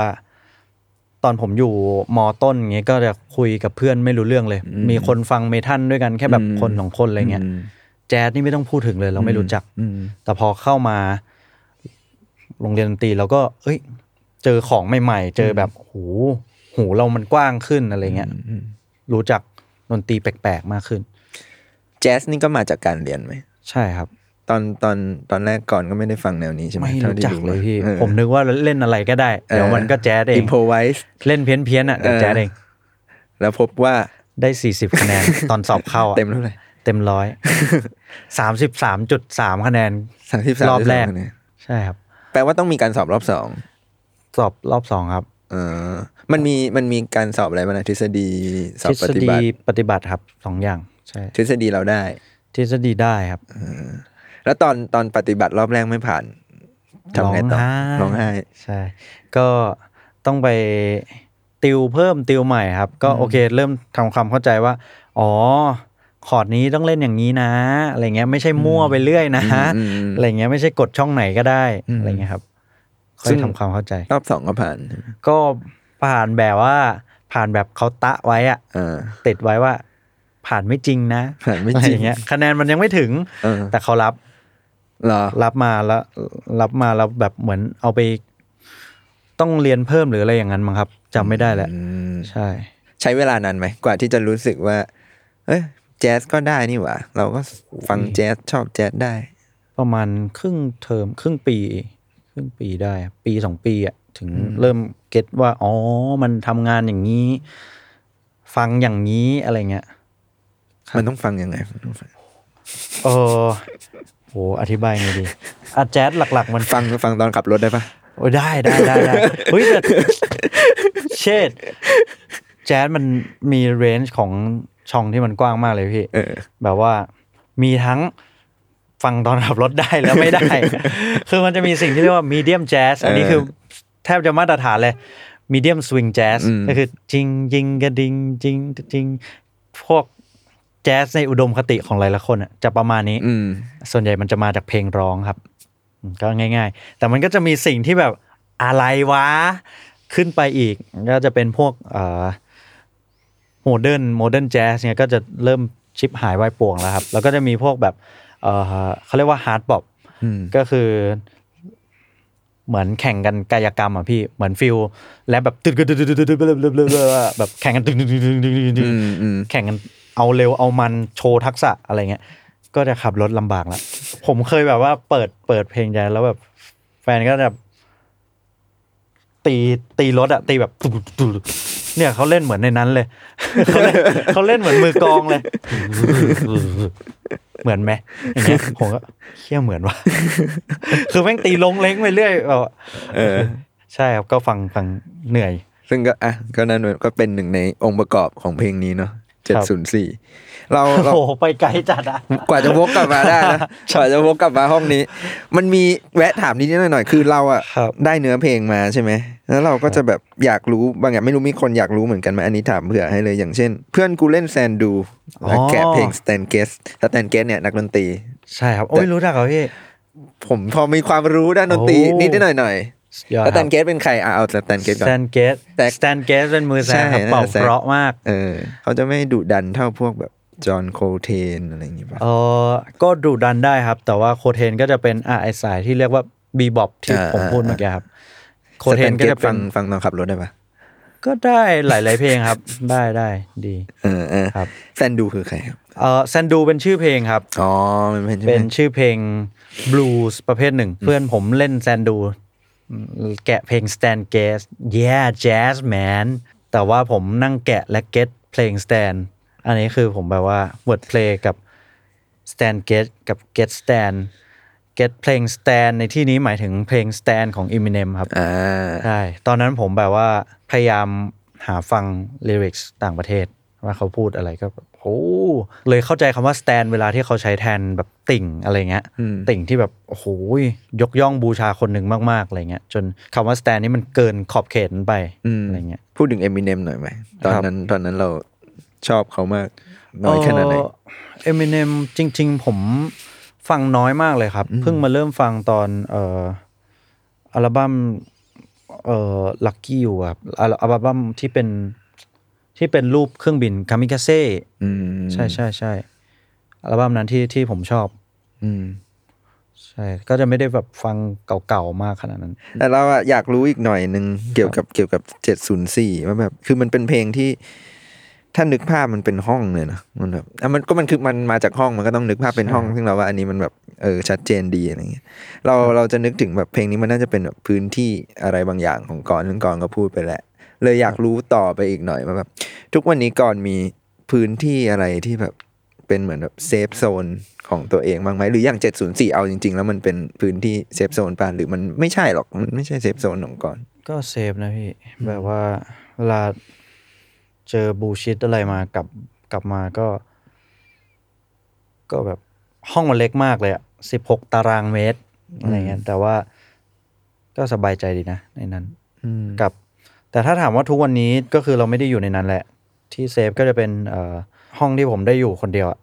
ตอนผมอยู่มต้นเงี้ยก็จะคุยกับเพื่อนไม่รู้เรื่องเลย มีคนฟังเมทัลด้วยกันแค่แบบคนสองคนอะไรเงี้ยแจ๊สนี่ไม่ต้องพูดถึงเลย เราไม่รู้จัก
อืม
แต่พอเข้ามา โรงเรียนดนตรีเราก็ เอ้ย เจอของใหม่ๆ เจอแบบโหูหูเรามันกว้างขึ้นอะไรเงี้ยรู้จักดนตรีแปลกๆมากขึ้น
แจ๊สนี่ก็มาจากการเรียนไหม
ใช่ครับ
ตอนตอนตอนแรกก่อนก็ไม่ได้ฟังแนวนี้ใช่ไหม
ไม่
ท่า
รู้
ที่
จัก
มา
เลยพี่
ออ
ผมนึกว่าเล่นอะไรก็ได้ เดี๋ยวมันก็แจ๊ดเอง
improvise
เล่นเพี้ยนๆน่ะเดี๋ยวแจ๊ดเอง
แล้วพบว่า
ได้สี่สิบคะแนน ตอนสอบเข้าอะ
เต็มเท่าไหร่
เต็มร้อยสามสิบสามจุดสามคะแนน
สามสิบสาม
รอบแรก
เนี่ย
ใช่ครับ
แปลว่าต้องมีการสอบรอบสอง
สอบรอบสองครับ
เออมันมีมันมีการสอบอะไรบ้างนะทฤษฎีสอบ
ทฤ
ป
ษ
ฏิ
ฎี
บัติ
ปฏิบัติครับสองอย่างใช่
ทฤษฎีเราได้
ทฤษฎีได้ครับ
แล้วตอนตอนปฏิบัติรอบแรกไม่ผ่านทำไงต่อร
ร้
้อ
อง งไห้
ไห้
ใช่ ก็ต้องไปติวเพิ่มติวใหม่ครับ ก็โอเค เริ่มทำความเข้าใจว่า อ๋อ คอร์ดนี้ต้องเล่นอย่างนี้นะ อะไรเงี้ยไม่ใช่มั่วไปเรื่อยนะ
อืมอืม
อะไรเงี้ยไม่ใช่กดช่องไหนก็ได้
อืม
อะไรเงี้ยครับค่
ซึ่
อย
ง
ทำความเข้าใจ
รอบสองก็ผ่านใช่ไหม
ก็ผ่านแบบว่าผ่านแบบเขาตะไว้อะ
อ่า
ติดไว้ว่า ผ่านไม่จริงนะ
ผ่านไม่จริง
อะเงี้ยคะแนนมันยังไม่ถึง
เออ
แต่เขารับ
เหรอ
รับมาแล้วรับมาแล้วแบบเหมือนเอาไป ต้องเรียนเพิ่มหรืออะไรอย่างนั้นมั้งครับจำไม่ได้แหละ
อืม
ใช่
ใช้เวลานานไหม กว่าที่จะรู้สึกว่า เอ้ยแจ๊สก็ได้นี่หว่า เราก็ฟังแจ๊สชอบแจ๊สได้
ประมาณครึ่งเทอมครึ่งปี ครึ่งปีได้ครับปีสองปีอะถึงเริ่มเก็ตว่า อ๋อ มันทำงานอย่างนี้ ฟังอย่างนี้อะไรเงี้ย
มันต้องฟังยังไงมันต้องฟัง
เออโหอธิบายไงดีอะแจ๊สหลัก ๆ มัน
ฟังฟังตอนขับรถได้ปะ
โอ้ยได้ได้ได้ได้เฮ้ยแต่เชดแจ๊สมันมีเรนจ์ของช่องที่มันกว้างมากเลยพี่
เออ
แบบว่ามีทั้งฟังตอนขับรถได้แล้วไม่ ได้ คือมันจะมีสิ่งที่เรียกว่ามีเดียมแจ๊สอันนี้คือแทบจะมาตรฐานเลยมีเดียมสวิงแจ๊ส
อืม
ก็คือจริงยิงกระดิงจริงจริงพวกแจ๊สในอุดมคติของหลายๆคนอะจะประมาณนี้
อืม
ส่วนใหญ่มันจะมาจากเพลงร้องครับอืมก็ง่าย ๆ แต่มันก็จะมีสิ่งที่แบบอะไรวะ ขึ้นไปอีก ก็จะเป็นพวกโมเดิร์นโมเดิร์นแจ๊สเนี่ยก็จะเริ่มชิปหายวายป่วงแล้วครับ แล้วก็จะมีพวกแบบเอ่อเขาเรียกว่าฮาร์ด o อ p
อืม
ก็คือ เหมือนแข่งกันกายกรรมอ่ะพี่ เหมือนฟิลและแบบตึ๊ดตึ๊ดตึ๊ดตึ๊ดตึ๊ดตึ๊ดตึ๊ดตึ๊ดตึ๊ดแบบแข่งกันตึ๊ดตึ๊ดตึ๊ดตึ๊ดตึ๊ดตึ๊ด
อืมอืม
แข่งกันเอาเร็วเอามันโชว์ทักษะอะไรเงี้ย ก็จะขับรถลำบากละ ผมเคยแบบว่าเปิดเปิดเพลงใจแล้วแบบแฟนก็จะตีตีรถอะตีแบบตุ๊บตุ๊บตุ๊บเนี่ยเขาเล่นเหมือนในนั้นเลย เขาเล่นเขาเล่นเหมือนมือกลองเลย เหมือนไหมอย่างเงี้ยผมก็เคี้ยเหมือนวะ คือแม่งตีลงเล้งไปเรื่อยแบบว่า
เออ
ใช่ครับก็ฟังฟังเหนื่อย
ซึ่งก็อ่ะก็นั่นก็เป็นหนึ่งในองค์ประกอบของเพลงนี้เนาะ
ครั
เจ็ด
บ
ศูนย์สี่เราเรา
โอ้โหไปไกลจัดอะ
กว่าจะวกกลับมาได้นะกว่าจะวกกลับมาห้องนี้ มันมีแวะถามนิดๆหน่อยๆคือเราอะ
ครับ
ได้เนื้อเพลงมาใช่ไหมแล้วเราก็จะแบบอยากรู้บางอย่างไม่รู้มีคนอยากรู้เหมือนกันไหมอันนี้ถามเผื่อให้เลยอย่างเช่น เพื่อนกูเล่นแซนดูแล้วแกะเพลงสแตนเกสสแตนเกสเนี่ยนักดนตรี
ใช่ครับโอ้ยรู้จักเหรอพี่
ผมพอมีความรู้ด้านดนตรี
โอ้
นิดๆหน่อย
ย
ๆ
อด
แล้วสแต
ครับ
นเกสเป็นใครอ่ะเอาสแตนเกสก่อ
สแต
น
นเกต
แต่
สแตนเกตเป็นมือแซ
ใช่
นครับเป่า
แซน
เพราะมาก
เออเขาจะไม่ดุดันเท่าพวกแบบจอห์นโคเทนอะไรอย่างเงี้ยป่ะ
เออก็ดุดันได้ครับ แต่ว่าโคเทนก็จะเป็นอ่ะไอสายที่เรียกว่าบีบอบที่
อ่า
ผมพูดเมื่อกี้ครับ โคเทนก็จะ
Stan Getz
เป็
ฟั
น
งฟังตอนขับรถได้ปะ
ก็ได้หลาย ๆ เพลงครับ ได้ได้ดี
เออเออ
ครับ
แซนดูคือใครครับ
เออแซนดูเป็นชื่อเพลงครับ
อ๋อมันเป็นใช่ไหม
เป็นชื่อเพลงบลูส์ประเภทหนึ่ง เพื่อนผมเล่นแซนดู แกะเพลง Stan g a z Yeah Jazz Man แต่ว่าผมนั่งแกะและเก็ตเพลง Stan อันนี้คือผมแบบว่า word play กับ Stan g a z กับ Get Stan Get เพลง Stan ในที่นี้หมายถึงเพลง Stan ของ Eminem ครับ
อ่า
ใช่ ตอนนั้นผมแบบว่าพยายามหาฟัง lyrics ต่างประเทศ ว่าเขาพูดอะไรก็แบบโอ้เลยเข้าใจคำว่า stand เวลาที่เขาใช้แทนแบบติ่งอะไรเงี้ย
อืม
ติ่งที่แบบ โอ้โหยยกย่องบูชาคนหนึ่งมาก ๆ อะไรเงี้ย จนคำว่า stand นี่มันเกินขอบเขตนั้นไป
อืม
อะไรเงี้ย
พูดถึงเอมิเนมหน่อยไหม ตอน
ครับ
นั้นตอนนั้นเราชอบเขามาก น้อยแค่ไหน
เอมิเนมจริง ๆ ผมฟังน้อยมากเลยครับ เพิ่งมาเริ่มฟังตอนเอ่ออัลบั้มเอ่อลักกี้อยู่ครับอัลอัลบั้มที่เป็นที่เป็นรูปเครื่องบินคามิกาเซ่
อืม
ใช่ใช่ใช่อัลบั้มนั้นที่ที่ผมชอบ
อืม
ใช่ก็จะไม่ได้แบบฟังเก่าๆมากขนาดนั้น
แต่เราอะอยากรู้อีกหน่อยหนึ่งเกี่ยวกับเกี่ยวกับเจ็ดศูนย์สี่ว่าแบบ คือมันเป็นเพลงที่ ถ้านึกภาพมันเป็นห้องเลยนะมันแบบอ่ะมันก็มันคือมันมาจากห้องมันก็ต้องนึกภาพเป็นห้อง ซึ่งเราว่าอันนี้มันแบบเออชัดเจนดีอะไรเงี้ยเราเราจะนึกถึงแบบเพลงนี้มันน่าจะเป็นแบบพื้นที่อะไรบางอย่างของกรซึ่งกรก็พูดไปแหละ เลยอยากรู้ต่อไปอีกหน่อยว่าแบบทุกวันนี้ก่อนมีพื้นที่อะไรที่แบบเป็นเหมือนแบบเซฟโซนของตัวเองบ้างไหมหรืออย่าง 704 เอาจริง ๆ แล้วมันเป็นพื้นที่เซฟโซนป่ะหรือมันไม่ใช่หรอกมันไม่ใช่เซฟโซนของก่อน
ก็เซฟนะพี่ แบบว่าเวลาเจอบูชิตอะไรมากลับกลับมาก็ ก็แบบห้องมันเล็กมากเลยอะสิบหกตารางเมตรอะไรเงี้ยแต่ว่าก็สบายใจดีนะในนั้น
อืม
กับ แต่ถ้าถามว่าทุกวันนี้ก็คือเราไม่ได้อยู่ในนั้นแหละ ที่เซฟก็จะเป็นเอ่อห้องที่ผมได้อยู่คนเดียวอะ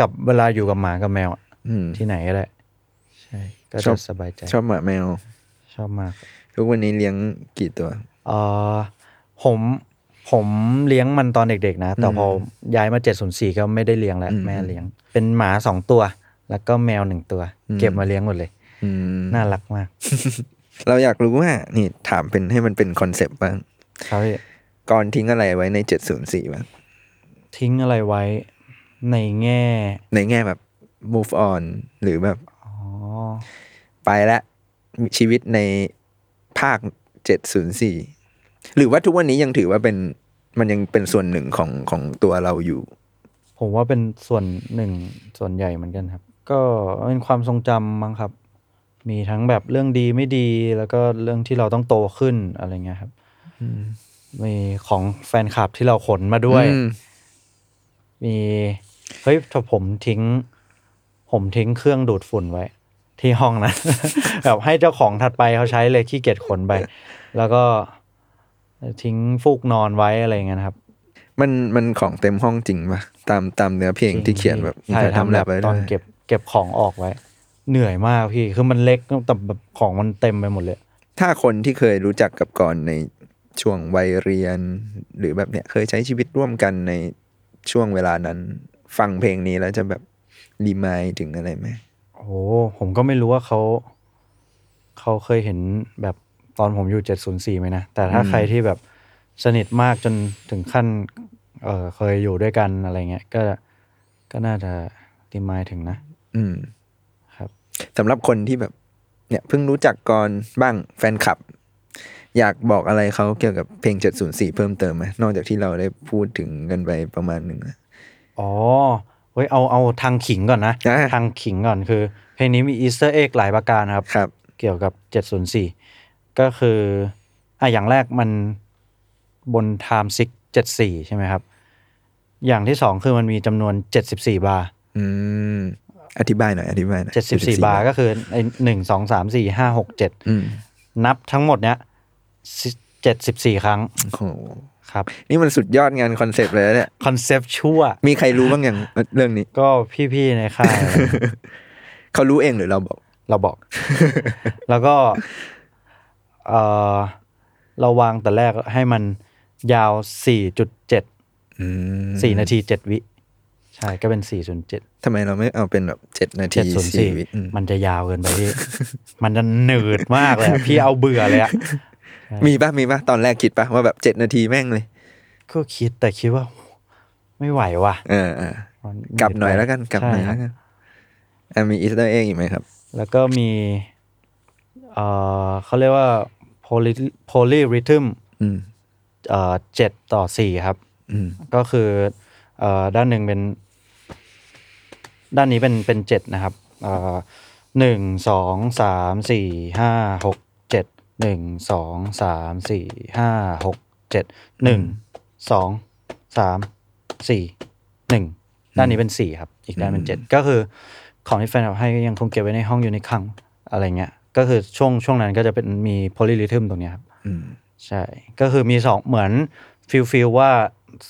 กับเวลาอยู่กับหมากับแมวอะ
อืม
ที่ไหนก็ได้ใช่ก็
ชอ
จะ
บ
สบายใจ
ชอบหมาแมว
ชอบมาก
ทุกวันนี้เลี้ยงกี่ตัว
เออผมผมเลี้ยงมันตอนเด็กๆนะ แต่พอย้ายมาเจ็ดศูนย์สี่ก็ไม่ได้เลี้ยงแล้ว
อืม
แม่เลี้ยง เป็นหมาสองตัว แล้วก็แมวหนึ่งตัว
อืม
เก็บมาเลี้ยงหมดเลย
อืม
น่ารักมาก
เราอยากรู้ว่านี่ถามเป็นให้มันเป็นคอนเซปต์บ้าง
ครับพี่
ก่อนทิ้งอะไรไว้ใน 704บ้าง
ทิ้งอะไรไว้ในแง่
ในแง่แบบ move on หรือแบบ
อ๋อ
ไปแล้วชีวิตในภาค 704 หรือว่าทุกวันนี้ยังถือว่าเป็นมันยังเป็นส่วนหนึ่งของของตัวเราอยู่
ผมว่าเป็นส่วนหนึ่งส่วนใหญ่เหมือนกันครับ ก็เป็นความทรงจำมั้งครับ มีทั้งแบบเรื่องดีไม่ดีแล้วก็เรื่องที่เราต้องโตขึ้นอะไรเงี้ยครับมีของแฟนคลับที่เราขนมาด้วย
อืม
มีเฮ้ยถ้าผมทิ้ง ผมทิ้งเครื่องดูดฝุ่นไว้ ที่ห้องนะ แบบให้เจ้าของถัดไปเขาใช้เลยขี้เกียจขนไป แล้วก็ทิ้งฟูกนอนไว้อะไรอย่างเงี้ยนะครับ
มันมันของเต็มห้องจริงปะตามตามเนื้อเพลงที่เขียนแบบ
ถ่ายทำแลบ
ว้
ตอน
ด้วย
เก็บ เก็บของออกไว้ เหนื่อยมากพี่คือมันเล็กแต่แบบของมันเต็มไปหมดเลย
ถ้าคนที่เคยรู้จักกับก่อนในช่วงวัยเรียน หรือแบบเนี้ยเคยใช้ชีวิตร่วมกันในช่วงเวลานั้น ฟังเพลงนี้แล้วจะแบบรีมายถึงอะไรไหม
โอ้โหผมก็ไม่รู้ว่าเขาเขาเคยเห็นแบบตอนผมอยู่เจ็ดศูนย์สี่ไหมนะ แต่ถ้าใครที่แบบสนิทมากจนถึงขั้น เออเคยอยู่ด้วยกันอะไรเงี้ย ก็ก็น่าจะติมายถึงนะ
อืม
ครับ
สำหรับคนที่แบบเนี่ยเพิ่งรู้จักก่อนบ้างแฟนคลับ อยากบอกอะไรเขาเกี่ยวกับเพลง 704 เพิ่มเติมไหมนอกจากที่เราได้พูดถึงกันไปประมาณหนึ่งแล้ว
อ๋อเฮ้ยเอาเอาทางขิงก่อนนะ
อ่า
ทางขิงก่อนคือ เพลงนี้มีอีสเตอร์เอ็กหลายประการครับ
ครับ
เกี่ยวกับ 704 ก็คืออ่ะอย่างแรกมันบน Time 6 74 ใช่ไหมครับ อย่างที่สองคือมันมีจำนวน 74 บาร์
อืม อธิบายหน่อย อธิบายหน่อย
74 บาร์ก็คือไอ้หนึ่งสองสามสี่ห้าหกเจ็ด
อืม
นับทั้งหมดเนี้ยเจ็ดสิบสี่ครั้ง
โอ้โห
ครับ
นี่มันสุดยอดงานคอนเซปต์เลยนะเนี่ย
คอนเซปชั่ว
มีใครรู้บ้างอย่างเรื่องนี้
ก็พี่ๆในค่าย
เขารู้เองหรือเราบอก
เราบอก แล้วก็เออเราวางแต่แรกให้มันยาว 4.7
อืม
สี่นาทีเจ็ดวิ ใช่ก็เป็นสี่ศูนย์เจ็ด
ทำไมเราไม่เอาเป็นแบบเจ็ดนาที
เจ็ดศูนย์
สี่
สี่
วิอืม
มันจะยาวเกินไปพี่ มันจะหนืดมากเลย อะพี่เอาเบื่อเลยอะ
มีป่ะมีป่ะตอนแรกคิดป่ะว่าแบบเจ็ดนาทีแม่งเลย
ก็คิดแต่คิดว่า ไม่ไหวว่ะ
เออเออ
มัดไป
กลับหน่อยแล้วกันกลับหน่อย
ใช่
แล้วกั
ครับ
นอ่ะมีอีสเตอร์เอ็กอีกไหมครับ
แล้วก็มีเออเขาเรียกว่า poly poly rhythm
อืม
เอ่อเจ็ดต่อสี่ครับ
อืม
ก็คือเอ่อด้านหนึ่งเป็น ด้านนี้เป็นเป็นเจ็ดนะครับเอ่อหนึ่งสองสามสี่ห้าหกเจ็ดหนึ่งสองสามสี่ห้าหกเจ็ดหนึ่งสองสามสี่หนึ่งด้านนี้เป็นสี่ครับ อีกด้านเป็นเจ็ดก็คือของที่แฟนเราให้ยังคงเก็บไว้ในห้องอยู่ในคลังอะไรเงี้ยก็คือช่วงช่วงนั้นก็จะเป็นมีโพลิลิทึมตรงเนี้ยครับ
อืม
ใช่ ก็คือมีสองเหมือนฟิลฟิลว่า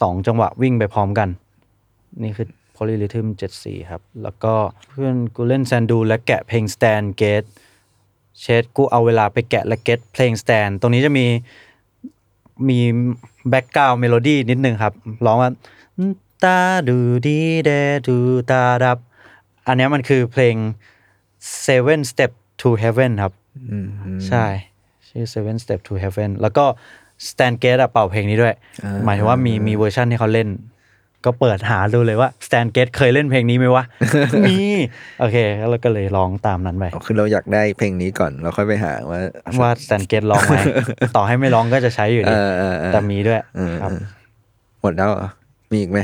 สองจังหวะวิ่งไปพร้อมกัน นี่คือ Polyrhythm 74 ครับ แล้วก็เพื่อนกูเล่นแซนดูและแกะเพลง Stand Gate เชดกูเอาเวลาไปแกะและเก็ตเพลง Stand ตรงนี้จะมีมีแบ็กกราวเมโลดี้นิดนึงครับร้องว่าตาดูดีเดดูตาดับ อันเนี้ยมันคือเพลง Seven Step to Heaven ครับ
อืม
ใช่ ชื่อ Seven Step to Heaven แล้วก็ Stan g a t e อะเป่าเพลงนี้ด้วย หมายถึงว่ามีมีเวอร์ชันที่เขาเล่น ก็เปิดหาดูเลยว่าสแตนเกตเคยเล่นเพลงนี้ไหมวะ มีโอเคแล้วเราก็เลยร้องตามนั้นไป
อ๋อคือเราอยากได้เพลงนี้ก่อนแล้วค่อยไปหาว่า
ว่าสแตนเกตร้อง ไหม ต่อให้ไม่ร้องก็จะใช้อยู่
เอ
ดี
อเออเออ
แต่มีด้วยครับ
หมดแล้วเหรอมีอีกไหม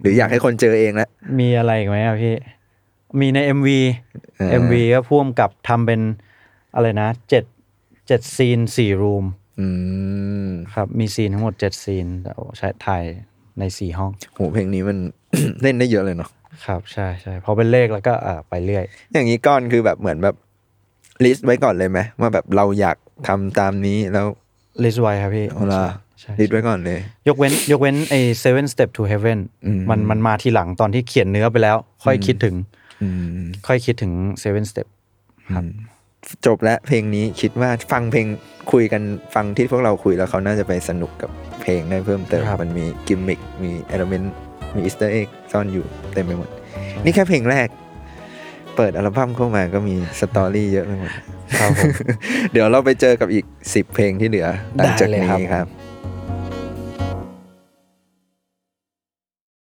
หรืออยากให้คนเจอเองละ
มีอะไรอีกไหมอะพี่ มีใน MV
เออ
MV ก็พ่วมกับทำเป็นอะไรนะเจ็ดเจ็ดซีนสี่รูม
อืม
ครับมีซีนทั้งหมดเจ็ดซีนแต่ว่าใช้ถ่ายในสี่ห้อง
โหเพลงนี้มัน เล่นได้เยอะเลยเนาะ
ครับ ใช่ใช่พอเป็นเลขแล้วก็อ่าไปเรื่อย
อย่างนี้ก้อนคือแบบเหมือนแบบลิสต์ไว้ก่อนเลยไหมว่าแบบเราอยากทำตามนี้แล้ว
ลิสไว้ครับพี่
เอาล่ะ
ใช่
ลิ
ใช่
สต์ไว้ก่อนเลย
ยกเว้นยกเว้นไอ้ seven step to heaven
อืม
มันมันมาทีหลังตอนที่เขียนเนื้อไปแล้ว ค่อยคิดถึง
อืม
ค่อยคิดถึง seven step ครับ
จบแล้วเพลงนี้คิดว่าฟังเพลงคุยกันฟังที่พวกเราคุยแล้วเขาน่าจะไปสนุกกับเพลงได้เพิ่มเติม
ครับ
มันมีกิมมิคมีเอลเมนต์มีอิสเตอร์เอ็กซ่อนอยู่เต็มไปหมด นี่แค่เพลงแรก เปิดอัลบั้มเข้ามาก็มีสตอรี่เยอะไปหมด
ครับผม
เดี๋ยวเราไปเจอกับอีก 10 เพลงที่เหลือหลังจาก
ได้เลย
นี้
ครับ
ครับ